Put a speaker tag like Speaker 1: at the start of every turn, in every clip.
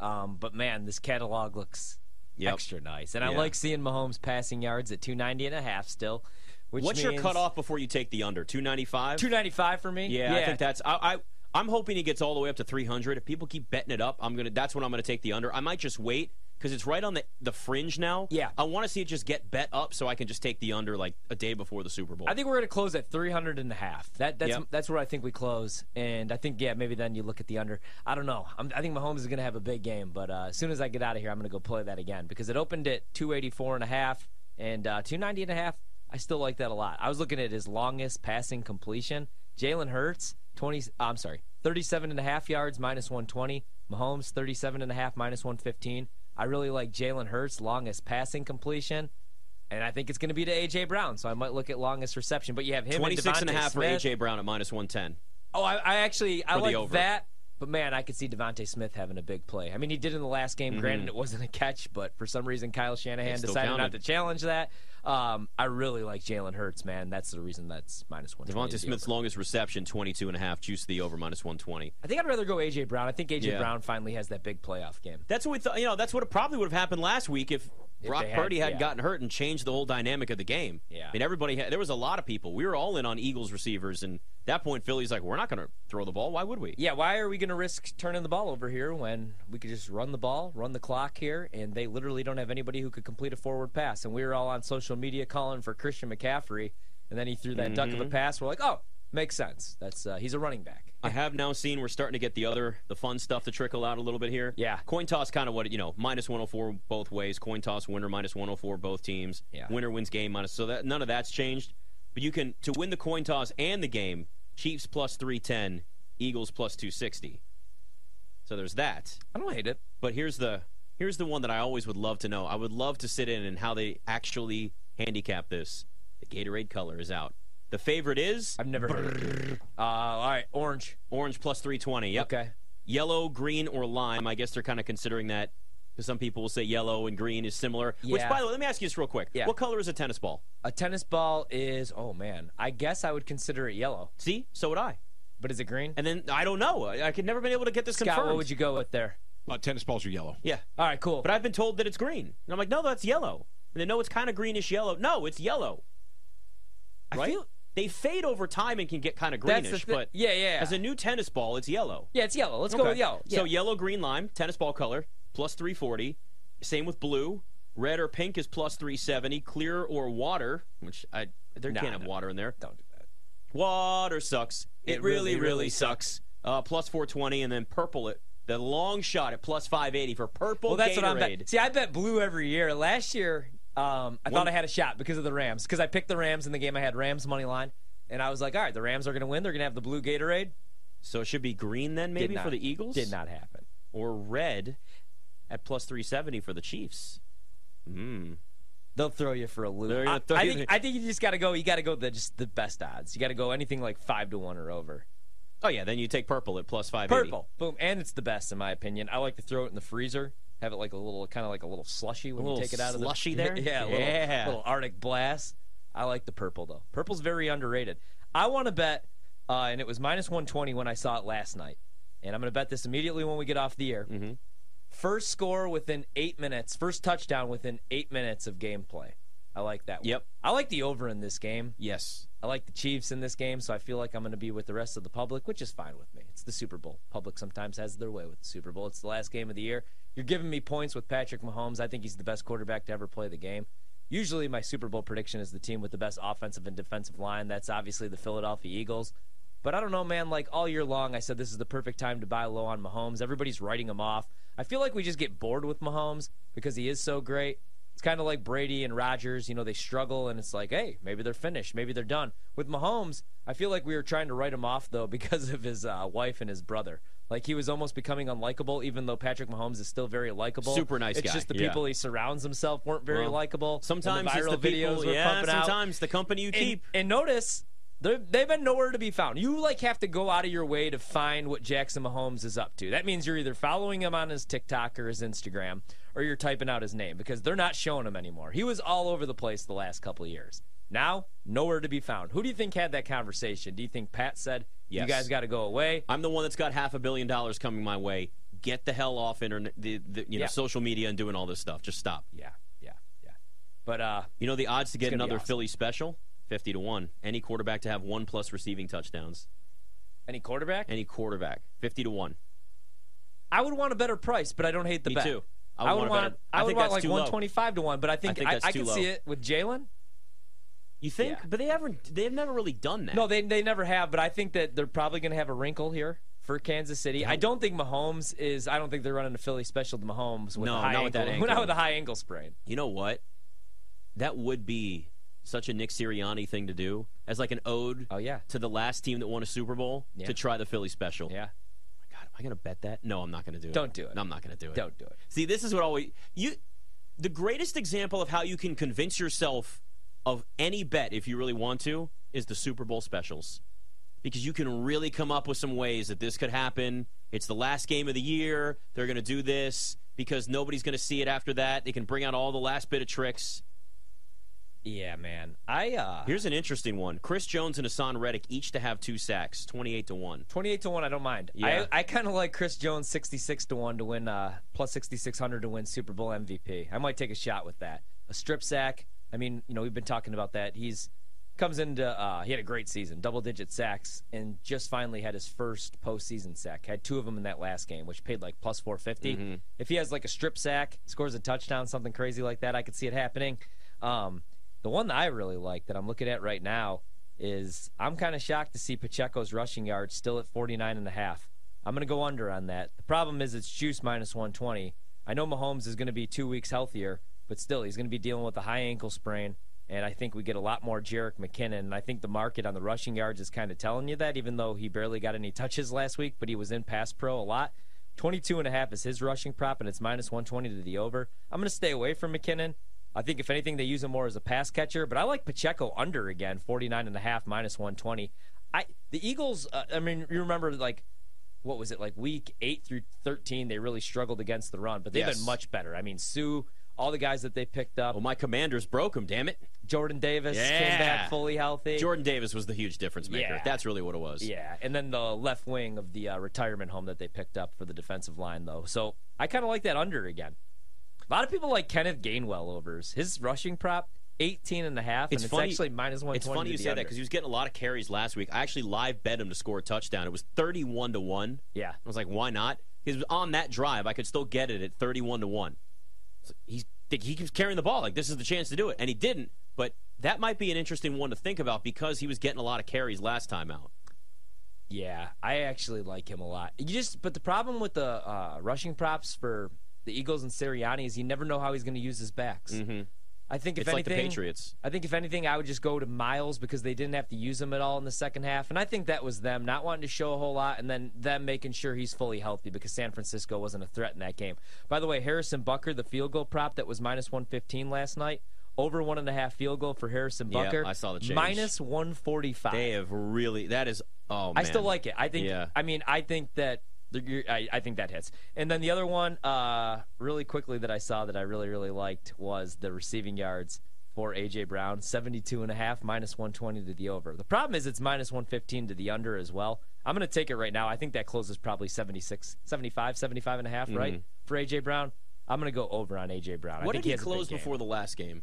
Speaker 1: Um, but man, this catalog looks
Speaker 2: Yep.
Speaker 1: extra nice, and I
Speaker 2: Yeah.
Speaker 1: like seeing Mahomes passing yards at 290 and a half still. Which
Speaker 2: What's your
Speaker 1: means
Speaker 2: cutoff before you take the under? 295?
Speaker 1: 295 for me.
Speaker 2: Yeah, I think that's I, I I'm hoping he gets all the way up to 300. If people keep betting it up, I'm gonna. That's when I'm gonna take the under. I might just wait because it's right on the the fringe now.
Speaker 1: Yeah.
Speaker 2: I want to see it just get bet up so I can just take the under like a day before the Super Bowl.
Speaker 1: I think we're going to close at 300 and a half. That, that's,
Speaker 2: Yep.
Speaker 1: that's where I think we close. And I think, yeah, maybe then you look at the under. I don't know. I'm, I think Mahomes is going to have a big game. But uh, as soon as I get out of here, I'm going to go play that again because it opened at 284 and a half and uh, 290 and a half. I still like that a lot. I was looking at his longest passing completion. Jalen Hurts, 20, I'm sorry, 37 and a half yards, minus 120. Mahomes, 37 and a half, minus 115. I really like Jalen Hurts' longest passing completion. And I think it's going to be to A.J. Brown, so I might look at longest reception. But you have him
Speaker 2: 26
Speaker 1: and
Speaker 2: and a half for
Speaker 1: Devontae Smith.
Speaker 2: AJ Brown at minus 110.
Speaker 1: Oh, I, I actually I
Speaker 2: For the
Speaker 1: like
Speaker 2: over.
Speaker 1: that. But man, I could see Devonte Smith having a big play. I mean, he did in the last game. Granted, it wasn't a catch, but for some reason, Kyle Shanahan
Speaker 2: Mm-hmm. still
Speaker 1: decided not
Speaker 2: counted.
Speaker 1: to challenge that. Um, I really like Jalen Hurts, man. That's the reason that's minus one.
Speaker 2: Devonta Smith's longest reception 22 and a half. Juice the over minus 120.
Speaker 1: I think I'd rather go AJ Brown. I think AJ
Speaker 2: Yeah.
Speaker 1: Brown finally has that big playoff game.
Speaker 2: That's what we thought. You know, that's what probably would have happened last week if,
Speaker 1: If
Speaker 2: Brock
Speaker 1: they had-
Speaker 2: Purdy hadn't
Speaker 1: yeah.
Speaker 2: gotten hurt and changed the whole dynamic of the game.
Speaker 1: Yeah.
Speaker 2: I mean, everybody had. There was a lot of people. We were all in on Eagles receivers, and at that point, Philly's like, we're not going to throw the ball. Why would we?
Speaker 1: Yeah, why are we going to risk turning the ball over here when we could just run the ball, run the clock here, and they literally don't have anybody who could complete a forward pass? And we were all on social media calling for Christian McCaffrey, and then he threw that duck of a
Speaker 2: Mm-hmm.
Speaker 1: pass. We're like, oh, makes sense. That's uh, he's a running back.
Speaker 2: I have now seen we're starting to get the other the fun stuff to trickle out a little bit here.
Speaker 1: Yeah.
Speaker 2: Coin toss kind of what it- you know, minus 104 both ways. Coin toss winner minus 104 both teams.
Speaker 1: Yeah.
Speaker 2: Winner wins game minus. So that none of that's changed. But you can to win the coin toss and the game, Chiefs plus 310, Eagles plus 260. So there's that.
Speaker 1: I don't hate it.
Speaker 2: But here's the here's the one that I always would love to know. I would love to sit in and how they actually handicap this. The Gatorade color is out. The favorite is
Speaker 1: I've never heard. Of it. Uh, all right, orange.
Speaker 2: orange plus 320. Yep
Speaker 1: Okay.
Speaker 2: yellow, green, or lime. I guess they're kind of considering that because some people will say yellow and green is similar. Which,
Speaker 1: Yeah.
Speaker 2: by the way, let me ask you this real quick.
Speaker 1: Yeah.
Speaker 2: What color is a tennis ball?
Speaker 1: A tennis ball is oh man, I guess I would consider it yellow,
Speaker 2: See, so would I.
Speaker 1: but is it green?
Speaker 2: And then I don't know. I, I could never been able to get this
Speaker 1: Scott,
Speaker 2: confirmed.
Speaker 1: what would you go with there?
Speaker 3: Uh, tennis balls are yellow.
Speaker 2: Yeah,
Speaker 1: All right, cool.
Speaker 2: but I've been told that it's green, and I'm like, no, that's yellow. And then no, it's kind of greenish yellow. No, it's yellow.
Speaker 1: I
Speaker 2: Right?
Speaker 1: feel-
Speaker 2: they fade over time and can get kind of greenish,
Speaker 1: thi-
Speaker 2: but
Speaker 1: yeah, yeah.
Speaker 2: as a new tennis ball, it's yellow.
Speaker 1: yeah, it's yellow. Let's go
Speaker 2: Okay.
Speaker 1: with yellow. Yeah.
Speaker 2: So yellow, green, lime, tennis ball color, plus 340. Same with blue. Red or pink is plus 370. Clear or water, which I there
Speaker 1: Nah,
Speaker 2: can't have
Speaker 1: no.
Speaker 2: water in there.
Speaker 1: don't do that.
Speaker 2: Water sucks. It,
Speaker 1: It
Speaker 2: really,
Speaker 1: really,
Speaker 2: really,
Speaker 1: really
Speaker 2: sucks. Uh, plus 420, and then purple it. The long shot at plus 580 for purple
Speaker 1: Well, that's
Speaker 2: Gatorade.
Speaker 1: what I'm bet. See, I bet blue every year. Last year, um, I
Speaker 2: One-
Speaker 1: thought I had a shot because of the Rams because I picked the Rams in the game. I had Rams money line, and I was like, all right, the Rams are going to win. They're going to have the blue Gatorade.
Speaker 2: So it should be green then,
Speaker 1: Did
Speaker 2: maybe
Speaker 1: not-
Speaker 2: for the Eagles,
Speaker 1: did not happen.
Speaker 2: or red at plus 370 for the Chiefs. Hmm.
Speaker 1: They'll throw you for a loop.
Speaker 2: They're gonna
Speaker 1: I,
Speaker 2: throw
Speaker 1: I
Speaker 2: you-
Speaker 1: think, I think you just got to go. You got to go the just the best odds. You got to go anything like five to one or over.
Speaker 2: Oh yeah, then you take purple at plus 580.
Speaker 1: Purple, boom, and it's the best in my opinion. I like to throw it in the freezer. Have it like a little, kind of like a little slushy when
Speaker 2: little
Speaker 1: you take it out of the
Speaker 2: slushy there?
Speaker 1: yeah, a
Speaker 2: Yeah.
Speaker 1: Little, little Arctic blast. I like the purple though. Purple's very underrated. I want to bet, uh, and it was minus one twenty when I saw it last night, and I'm going to bet this immediately when we get off the air.
Speaker 2: Mm-hmm.
Speaker 1: First score within eight minutes. First touchdown within eight minutes of gameplay. I like that. one.
Speaker 2: Yep.
Speaker 1: I like the over in this game.
Speaker 2: Yes.
Speaker 1: I like the Chiefs in this game, so I feel like I'm going to be with the rest of the public, which is fine with me. It's the Super Bowl. Public sometimes has their way with the Super Bowl. It's the last game of the year. You're giving me points with Patrick Mahomes. I think he's the best quarterback to ever play the game. Usually, my Super Bowl prediction is the team with the best offensive and defensive line. That's obviously the Philadelphia Eagles. But I don't know, man. Like all year long, I said this is the perfect time to buy low on Mahomes. Everybody's writing him off. I feel like we just get bored with Mahomes because he is so great. It's kind of like Brady and Rodgers. You know, they struggle, and it's like, hey, maybe they're finished. Maybe they're done. With Mahomes, I feel like we were trying to write him off, though, because of his uh, wife and his brother. Like, he was almost becoming unlikable, even though Patrick Mahomes is still very likable.
Speaker 2: Super nice
Speaker 1: It's
Speaker 2: guy,
Speaker 1: just the
Speaker 2: yeah.
Speaker 1: people he surrounds himself weren't very
Speaker 2: Well,
Speaker 1: likable. and the
Speaker 2: Sometimes
Speaker 1: viral
Speaker 2: it's the people,
Speaker 1: videos were
Speaker 2: yeah,
Speaker 1: pumping out.
Speaker 2: sometimes the company you
Speaker 1: And-
Speaker 2: keep.
Speaker 1: And, notice they're- they've been nowhere to be found. You like have to go out of your way to find what Jackson Mahomes is up to. That means you're either following him on his TikTok or his Instagram, or you're typing out his name because they're not showing him anymore. He was all over the place the last couple of years. Now nowhere to be found. Who do you think had that conversation? Do you think Pat said,
Speaker 2: Yes.
Speaker 1: "You guys got to go away"?
Speaker 2: I'm the one that's got half a billion dollars coming my way. get the hell off internet, the, the you know
Speaker 1: Yeah.
Speaker 2: social media and doing all this stuff. Just stop.
Speaker 1: Yeah, yeah, yeah. But uh,
Speaker 2: You know the odds to get
Speaker 1: gonna be
Speaker 2: another
Speaker 1: awesome.
Speaker 2: Philly special, fifty to one. Any quarterback to have one plus receiving touchdowns.
Speaker 1: any quarterback,
Speaker 2: Any quarterback, fifty to one.
Speaker 1: I would want a better price, but I don't hate the
Speaker 2: Me
Speaker 1: bet.
Speaker 2: too.
Speaker 1: I would, want,
Speaker 2: a better-
Speaker 1: I,
Speaker 2: I
Speaker 1: would
Speaker 2: think
Speaker 1: want
Speaker 2: that's
Speaker 1: like
Speaker 2: too low.
Speaker 1: 125 to 1, but I think I,
Speaker 2: think that's
Speaker 1: I
Speaker 2: too
Speaker 1: can
Speaker 2: low.
Speaker 1: see it with Jalen.
Speaker 2: You think?
Speaker 1: Yeah.
Speaker 2: But they haven't. They've never really done that.
Speaker 1: No, they, they never have, but I think that they're probably going to have a wrinkle here for Kansas City. I don't think Mahomes is. I don't think they're running a Philly special to Mahomes with
Speaker 2: No,
Speaker 1: a high ankle,
Speaker 2: not with that
Speaker 1: not
Speaker 2: ankle.
Speaker 1: with a high ankle sprain.
Speaker 2: you know what? That would be such a Nick Sirianni thing to do, as like an ode
Speaker 1: Oh yeah,
Speaker 2: to the last team that won a Super Bowl
Speaker 1: Yeah.
Speaker 2: to try the Philly special.
Speaker 1: yeah.
Speaker 2: God, am I gonna bet that? No, I'm not gonna do it.
Speaker 1: Don't do it.
Speaker 2: No, I'm not gonna do it.
Speaker 1: Don't do it.
Speaker 2: See, this is what always you. The greatest example of how you can convince yourself of any bet, if you really want to, is the Super Bowl specials, because you can really come up with some ways that this could happen. It's the last game of the year. They're gonna do this because nobody's gonna see it after that. They can bring out all the last bit of tricks.
Speaker 1: Yeah, man. I uh,
Speaker 2: Here's an interesting one: Chris Jones and Hassan Reddick each to have two sacks, twenty-eight to one.
Speaker 1: 28 to 1 i don't mind
Speaker 2: Yeah.
Speaker 1: i, I kind of like chris jones 66 to 1 to win uh, plus 6600 to win super bowl mvp i might take a shot with that a strip sack i mean you know we've been talking about that he's comes into uh, he had a great season double digit sacks and just finally had his first postseason sack had two of them in that last game which paid like plus 450 if he has like a strip sack scores a touchdown something crazy like that i could see it happening um, the one that i really like that i'm looking at right now is I'm kind of shocked to see Pacheco's rushing yards still at 49 and a half. I'm going to go under on that. The problem is it's juice minus 120. I know Mahomes is going to be two weeks healthier, but still he's going to be dealing with a high ankle sprain. And I think we get a lot more Jarek McKinnon. And I think the market on the rushing yards is kind of telling you that, even though he barely got any touches last week, but he was in pass pro a lot. 22 and a half is his rushing prop, and it's minus 120 to the over. I'm going to stay away from McKinnon. I think if anything, they use him more as a pass catcher. But I like Pacheco under again, 49 and a half minus 120. I the Eagles. Uh, I mean, you remember like what was it like week eight through 13? They really struggled against the run, but they've
Speaker 2: Yes.
Speaker 1: been much better. I mean, Sue, all the guys that they picked up,
Speaker 2: Well, my Commanders broke him. Damn it!
Speaker 1: Jordan Davis came
Speaker 2: Yeah.
Speaker 1: back fully healthy.
Speaker 2: Jordan Davis was the huge difference maker.
Speaker 1: Yeah.
Speaker 2: That's really what it was.
Speaker 1: Yeah, and then the left wing of the uh, retirement home that they picked up for the defensive line, though. So I kind of like that under again. A lot of people like Kenneth Gainwell overs. His rushing prop, 18 and a half,
Speaker 2: It's
Speaker 1: and
Speaker 2: funny-
Speaker 1: it's actually minus 120.
Speaker 2: It's funny
Speaker 1: to
Speaker 2: you
Speaker 1: the
Speaker 2: say that
Speaker 1: under.
Speaker 2: because he was getting a lot of carries last week. I actually live bet him to score a touchdown. It was thirty-one to one.
Speaker 1: Yeah.
Speaker 2: I was like, why not? Because on that drive, I could still get it at thirty-one to one. So He's he keeps carrying the ball like this is the chance to do it, and he didn't. But that might be an interesting one to think about because he was getting a lot of carries last time out.
Speaker 1: Yeah, I actually like him a lot. You just, but the problem with the uh, rushing props for the Eagles and Sirianni is you never know how he's going to use his backs. I think if
Speaker 2: Mm-hmm. It's like the
Speaker 1: anything,
Speaker 2: Patriots.
Speaker 1: I think if anything, I would just go to Miles because they didn't have to use him at all in the second half, and I think that was them not wanting to show a whole lot, and then them making sure he's fully healthy because San Francisco wasn't a threat in that game. By the way, Harrison Bucker, the field goal prop that was minus one fifteen last night, over one and a half field goal for Harrison
Speaker 2: Yeah,
Speaker 1: Bucker.
Speaker 2: I saw the change.
Speaker 1: minus one forty
Speaker 2: They
Speaker 1: five.
Speaker 2: have really that is oh man.
Speaker 1: I still like it. I think.
Speaker 2: Yeah.
Speaker 1: I mean, I think that. the- you're- I, I think that hits. And then the other one, uh, really quickly that I saw that I really really liked was the receiving yards for AJ Brown, 72 and a half minus 120 to the over. The problem is it's minus 115 to the under as well. I'm going to take it right now. I think that closes probably 76, 75, 75 and a half,
Speaker 2: Mm-hmm.
Speaker 1: right? For AJ Brown, I'm going to go over on AJ Brown. I
Speaker 2: What
Speaker 1: think
Speaker 2: did
Speaker 1: he
Speaker 2: he
Speaker 1: has a big
Speaker 2: close
Speaker 1: game.
Speaker 2: before the last game?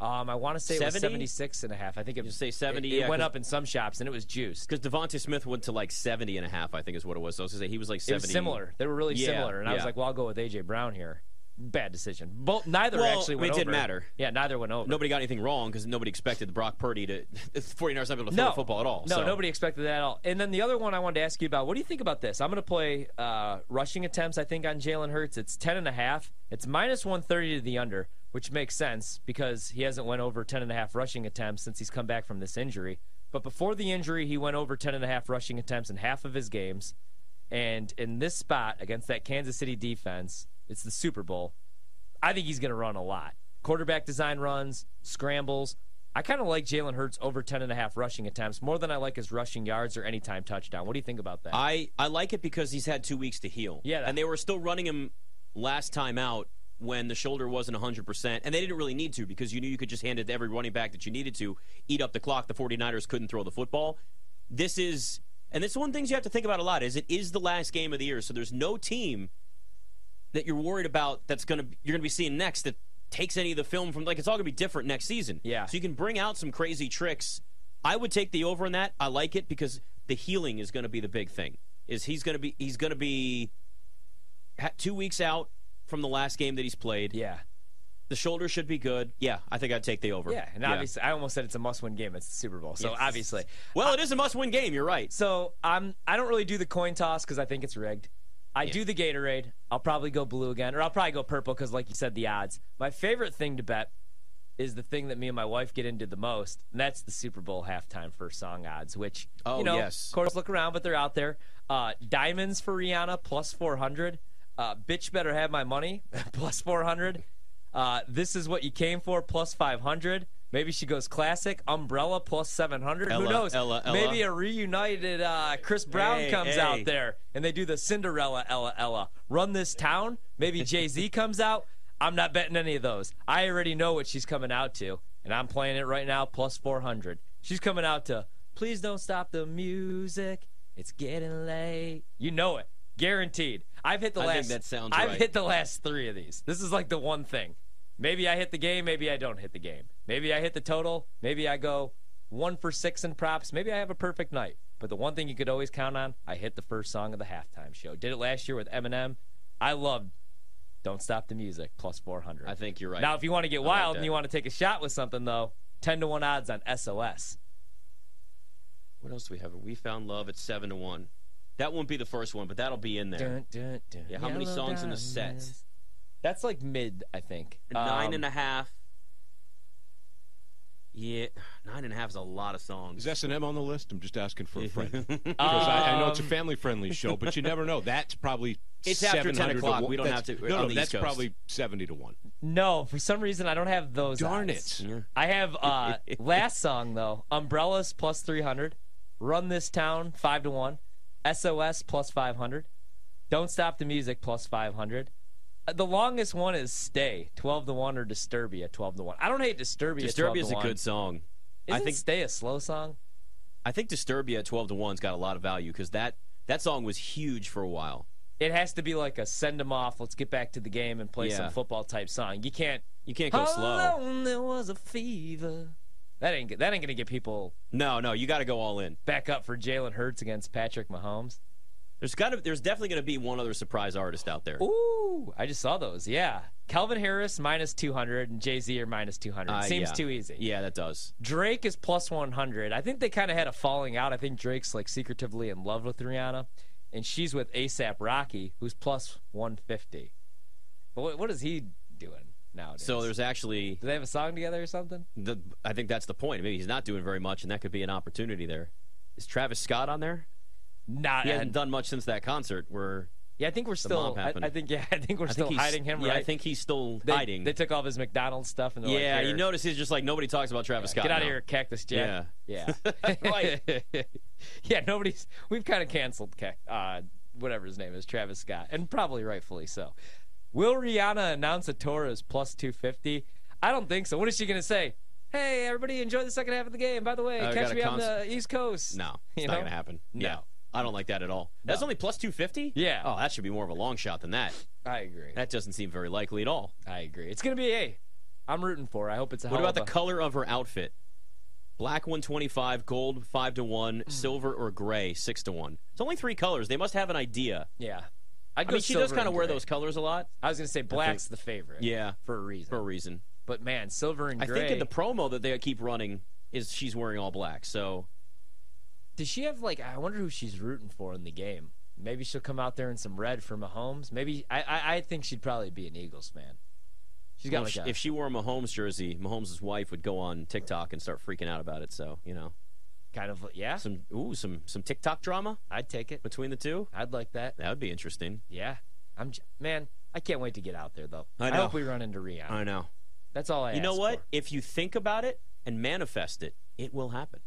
Speaker 1: Um, I want to say it was
Speaker 2: 70?
Speaker 1: 76 and a half. I think it was
Speaker 2: say 70,
Speaker 1: It, it
Speaker 2: yeah,
Speaker 1: went
Speaker 2: 'cause-
Speaker 1: up in some shops and it was juiced.
Speaker 2: Because Devontae Smith went to like 70 and a half, I think is what it was. So I was going to say he was like
Speaker 1: It
Speaker 2: 70.
Speaker 1: was similar. They were really
Speaker 2: Yeah,
Speaker 1: similar, and I was
Speaker 2: yeah.
Speaker 1: like, "Well, I'll go with AJ Brown here." Bad decision. Both neither
Speaker 2: Well,
Speaker 1: actually
Speaker 2: I mean,
Speaker 1: went
Speaker 2: it didn't
Speaker 1: over.
Speaker 2: matter.
Speaker 1: Yeah, neither went over.
Speaker 2: Nobody got anything wrong because nobody expected Brock Purdy to. The 49ers not be able to
Speaker 1: no
Speaker 2: throw the football at all.
Speaker 1: No,
Speaker 2: so.
Speaker 1: nobody expected that at all. And then the other one I wanted to ask you about. What do you think about this? I'm going to play uh, rushing attempts. I think on Jalen Hurts, it's ten and a half. It's minus one thirty to the under, which makes sense because he hasn't went over ten and a half rushing attempts since he's come back from this injury. But before the injury, he went over ten and a half rushing attempts in half of his games. And in this spot against that Kansas City defense, it's the Super Bowl. I think he's going to run a lot. Quarterback design runs, scrambles. I kind of like Jalen Hurts over 10 and a half rushing attempts more than I like his rushing yards or anytime touchdown. What do you think about that?
Speaker 2: I, I like it because he's had two weeks to heal.
Speaker 1: Yeah, that-
Speaker 2: And they were still running him last time out when the shoulder wasn't 100%. And they didn't really need to because you knew you could just hand it to every running back that you needed to, eat up the clock. The 49ers couldn't throw the football. This is. And this is one of the things you have to think about a lot is it is the last game of the year, so there's no team that you're worried about that's gonna you're gonna be seeing next that takes any of the film from like it's all gonna be different next season.
Speaker 1: Yeah.
Speaker 2: So you can bring out some crazy tricks. I would take the over in that. I like it because the healing is gonna be the big thing. Is he's gonna be he's gonna be ha- two weeks out from the last game that he's played.
Speaker 1: Yeah.
Speaker 2: The shoulder should be good. Yeah, I think I'd take the over.
Speaker 1: Yeah. And obviously, I almost said it's a must win game. It's the Super Bowl. So
Speaker 2: Yes.
Speaker 1: obviously. Uh,
Speaker 2: Well, it is a must win game. You're right.
Speaker 1: So I'm, I don't really do the coin toss because I think it's rigged. I
Speaker 2: Yeah.
Speaker 1: do the Gatorade. I'll probably go blue again, or I'll probably go purple because, like you said, the odds. My favorite thing to bet is the thing that me and my wife get into the most, and that's the Super Bowl halftime first song odds, which,
Speaker 2: Oh,
Speaker 1: you know,
Speaker 2: yes.
Speaker 1: of course, look around, but they're out there. Uh, diamonds for Rihanna, plus 400. Uh, bitch better have my money, plus 400. Uh, this is what you came for, plus 500. Maybe she goes classic. Umbrella, plus 700.
Speaker 2: Ella,
Speaker 1: Who knows?
Speaker 2: Ella, Ella.
Speaker 1: Maybe a reunited uh, Chris Brown
Speaker 2: Hey,
Speaker 1: comes
Speaker 2: hey.
Speaker 1: out there and they do the Cinderella Ella Ella. Run this town. Maybe Jay Z comes out. I'm not betting any of those. I already know what she's coming out to, and I'm playing it right now plus 400. She's coming out to Please Don't Stop the Music. It's getting late. You know it. Guaranteed. I've hit the
Speaker 2: I think
Speaker 1: last.
Speaker 2: that sounds
Speaker 1: I've
Speaker 2: right.
Speaker 1: hit the last three of these. This is like the one thing. Maybe I hit the game. Maybe I don't hit the game. Maybe I hit the total. Maybe I go one for six in props. Maybe I have a perfect night. But the one thing you could always count on, I hit the first song of the halftime show. Did it last year with Eminem. I loved "Don't Stop the Music" plus 400.
Speaker 2: I think you're right.
Speaker 1: Now, if you want to get
Speaker 2: like
Speaker 1: wild
Speaker 2: that.
Speaker 1: and you want to take a shot with something, though, ten to one odds on SOS.
Speaker 2: What else do we have? We found love at seven to one. That won't be the first one, but that'll be in there.
Speaker 1: Dun, dun, dun.
Speaker 2: Yeah, how many
Speaker 1: Yellow
Speaker 2: songs in the set?
Speaker 1: diamonds. That's like mid, I think.
Speaker 2: Nine
Speaker 1: Um,
Speaker 2: and a half. Yeah, nine and a half is a lot of songs.
Speaker 3: Is S and M on the list? I'm just asking for a friend.
Speaker 2: it's
Speaker 3: 'Cause I, I know it's a
Speaker 1: Um,
Speaker 3: family-friendly show, but you never know. That's probably
Speaker 2: It's after 10
Speaker 3: 700 to
Speaker 2: o'clock.
Speaker 3: one-
Speaker 2: We don't
Speaker 3: that's-
Speaker 2: have to- uh,
Speaker 3: No,
Speaker 2: on
Speaker 3: no,
Speaker 2: the East
Speaker 3: that's
Speaker 2: Coast.
Speaker 3: probably seventy to one.
Speaker 1: No, for some reason I don't have those.
Speaker 3: Darn
Speaker 1: odds.
Speaker 3: it!
Speaker 1: I have uh last song though. Umbrellas plus three hundred. Run this town five to one. SOS plus five hundred. Don't stop the music plus five hundred. Uh, The longest one is Stay twelve to one or Disturbia twelve to one. I don't hate Disturbia.
Speaker 2: Disturbia is
Speaker 1: 12
Speaker 2: a
Speaker 1: to 1.
Speaker 2: good song.
Speaker 1: Isn't
Speaker 2: I think
Speaker 1: Stay a slow song.
Speaker 2: I think Disturbia at twelve to one's got a lot of value because that that song was huge for a while.
Speaker 1: It has to be like a send them off. Let's get back to the game and play
Speaker 2: Yeah.
Speaker 1: some football type song. You can't
Speaker 2: You can't go
Speaker 1: How
Speaker 2: slow.
Speaker 1: long there was a fever. That ain't that ain't gonna get people
Speaker 2: No, no, you got to go all in.
Speaker 1: back up for Jalen Hurts against Patrick Mahomes.
Speaker 2: There's got to there's definitely going to be one other surprise artist out there.
Speaker 1: Ooh, I just saw those. Yeah. Calvin Harris minus 200 and Jay Z are minus 200.
Speaker 2: Uh,
Speaker 1: Seems
Speaker 2: yeah.
Speaker 1: too easy.
Speaker 2: Yeah, that does.
Speaker 1: Drake is plus 100. I think they kind of had a falling out. I think Drake's like secretively in love with Rihanna, and she's with ASAP Rocky, who's plus 150. But what, what is he doing nowadays?
Speaker 2: So there's actually
Speaker 1: Do they have a song together or something?
Speaker 2: the I think that's the point. Maybe he's not doing very much, and that could be an opportunity there. Is Travis Scott on there?
Speaker 1: Nah,
Speaker 2: He hasn't done much since that concert. Where
Speaker 1: yeah, I think we're still.
Speaker 2: mob
Speaker 1: I,
Speaker 2: happened.
Speaker 1: I think yeah, I think we're
Speaker 2: I
Speaker 1: still
Speaker 2: think he's-
Speaker 1: hiding him,
Speaker 2: yeah,
Speaker 1: right?
Speaker 2: I think he's still
Speaker 1: they,
Speaker 2: hiding.
Speaker 1: They took off his McDonald's stuff and they're like,
Speaker 2: yeah,
Speaker 1: "Here,
Speaker 2: you notice he's just like nobody talks about Travis Scott.
Speaker 1: Get out
Speaker 2: now.
Speaker 1: of here, Cactus Jack. Yeah.
Speaker 2: Right.
Speaker 1: yeah, nobody's. We've kind of canceled Cac- uh, whatever his name is, Travis Scott, and probably rightfully so. Will Rihanna announce a tour as plus 250? I don't think so. What is she going to say? Hey, everybody, enjoy the second half of the game. By the way,
Speaker 2: Uh, we got
Speaker 1: catch
Speaker 2: a
Speaker 1: me on
Speaker 2: cons-
Speaker 1: the East Coast.
Speaker 2: No, it's
Speaker 1: You
Speaker 2: not
Speaker 1: know?
Speaker 2: gonna happen.
Speaker 1: No.
Speaker 2: Yeah, I don't like that at all. That's
Speaker 1: No.
Speaker 2: only plus two fifty.
Speaker 1: Yeah.
Speaker 2: Oh, that should be more of a long shot than that.
Speaker 1: I agree.
Speaker 2: That doesn't seem very likely at all.
Speaker 1: I agree. It's going to be a. I'm rooting for. her. I hope it's a.
Speaker 2: What
Speaker 1: hell
Speaker 2: about the
Speaker 1: of a-
Speaker 2: color of her outfit? Black one twenty five, gold five to one,
Speaker 1: Hmm.
Speaker 2: silver or gray six to one. It's only three colors. They must have an idea.
Speaker 1: yeah. I'd
Speaker 2: I
Speaker 1: go
Speaker 2: mean, she does
Speaker 1: silver
Speaker 2: kind of
Speaker 1: and
Speaker 2: wear
Speaker 1: gray.
Speaker 2: those colors a lot.
Speaker 1: I was going to say black's the favorite.
Speaker 2: Yeah,
Speaker 1: For a reason.
Speaker 2: for a reason.
Speaker 1: But man, silver and
Speaker 2: I
Speaker 1: gray.
Speaker 2: think in the promo that they keep running is she's wearing all black. So
Speaker 1: Does she have like? I wonder who she's rooting for in the game. Maybe she'll come out there in some red for Mahomes. Maybe I. I, I think she'd probably be an Eagles fan. She's got
Speaker 2: Well,
Speaker 1: like
Speaker 2: if,
Speaker 1: a,
Speaker 2: if she wore a Mahomes jersey, Mahomes' wife would go on TikTok and start freaking out about it. So you know,
Speaker 1: kind of yeah.
Speaker 2: some ooh, some some TikTok drama
Speaker 1: I'd take it.
Speaker 2: between the two.
Speaker 1: I'd like that.
Speaker 2: That would be interesting.
Speaker 1: Yeah. I'm j- man. I can't wait to get out there though.
Speaker 2: I know.
Speaker 1: hope we run into Rihanna.
Speaker 2: know.
Speaker 1: That's all I.
Speaker 2: You know
Speaker 1: ask
Speaker 2: what?
Speaker 1: for.
Speaker 2: If you think about it and manifest it, it will happen.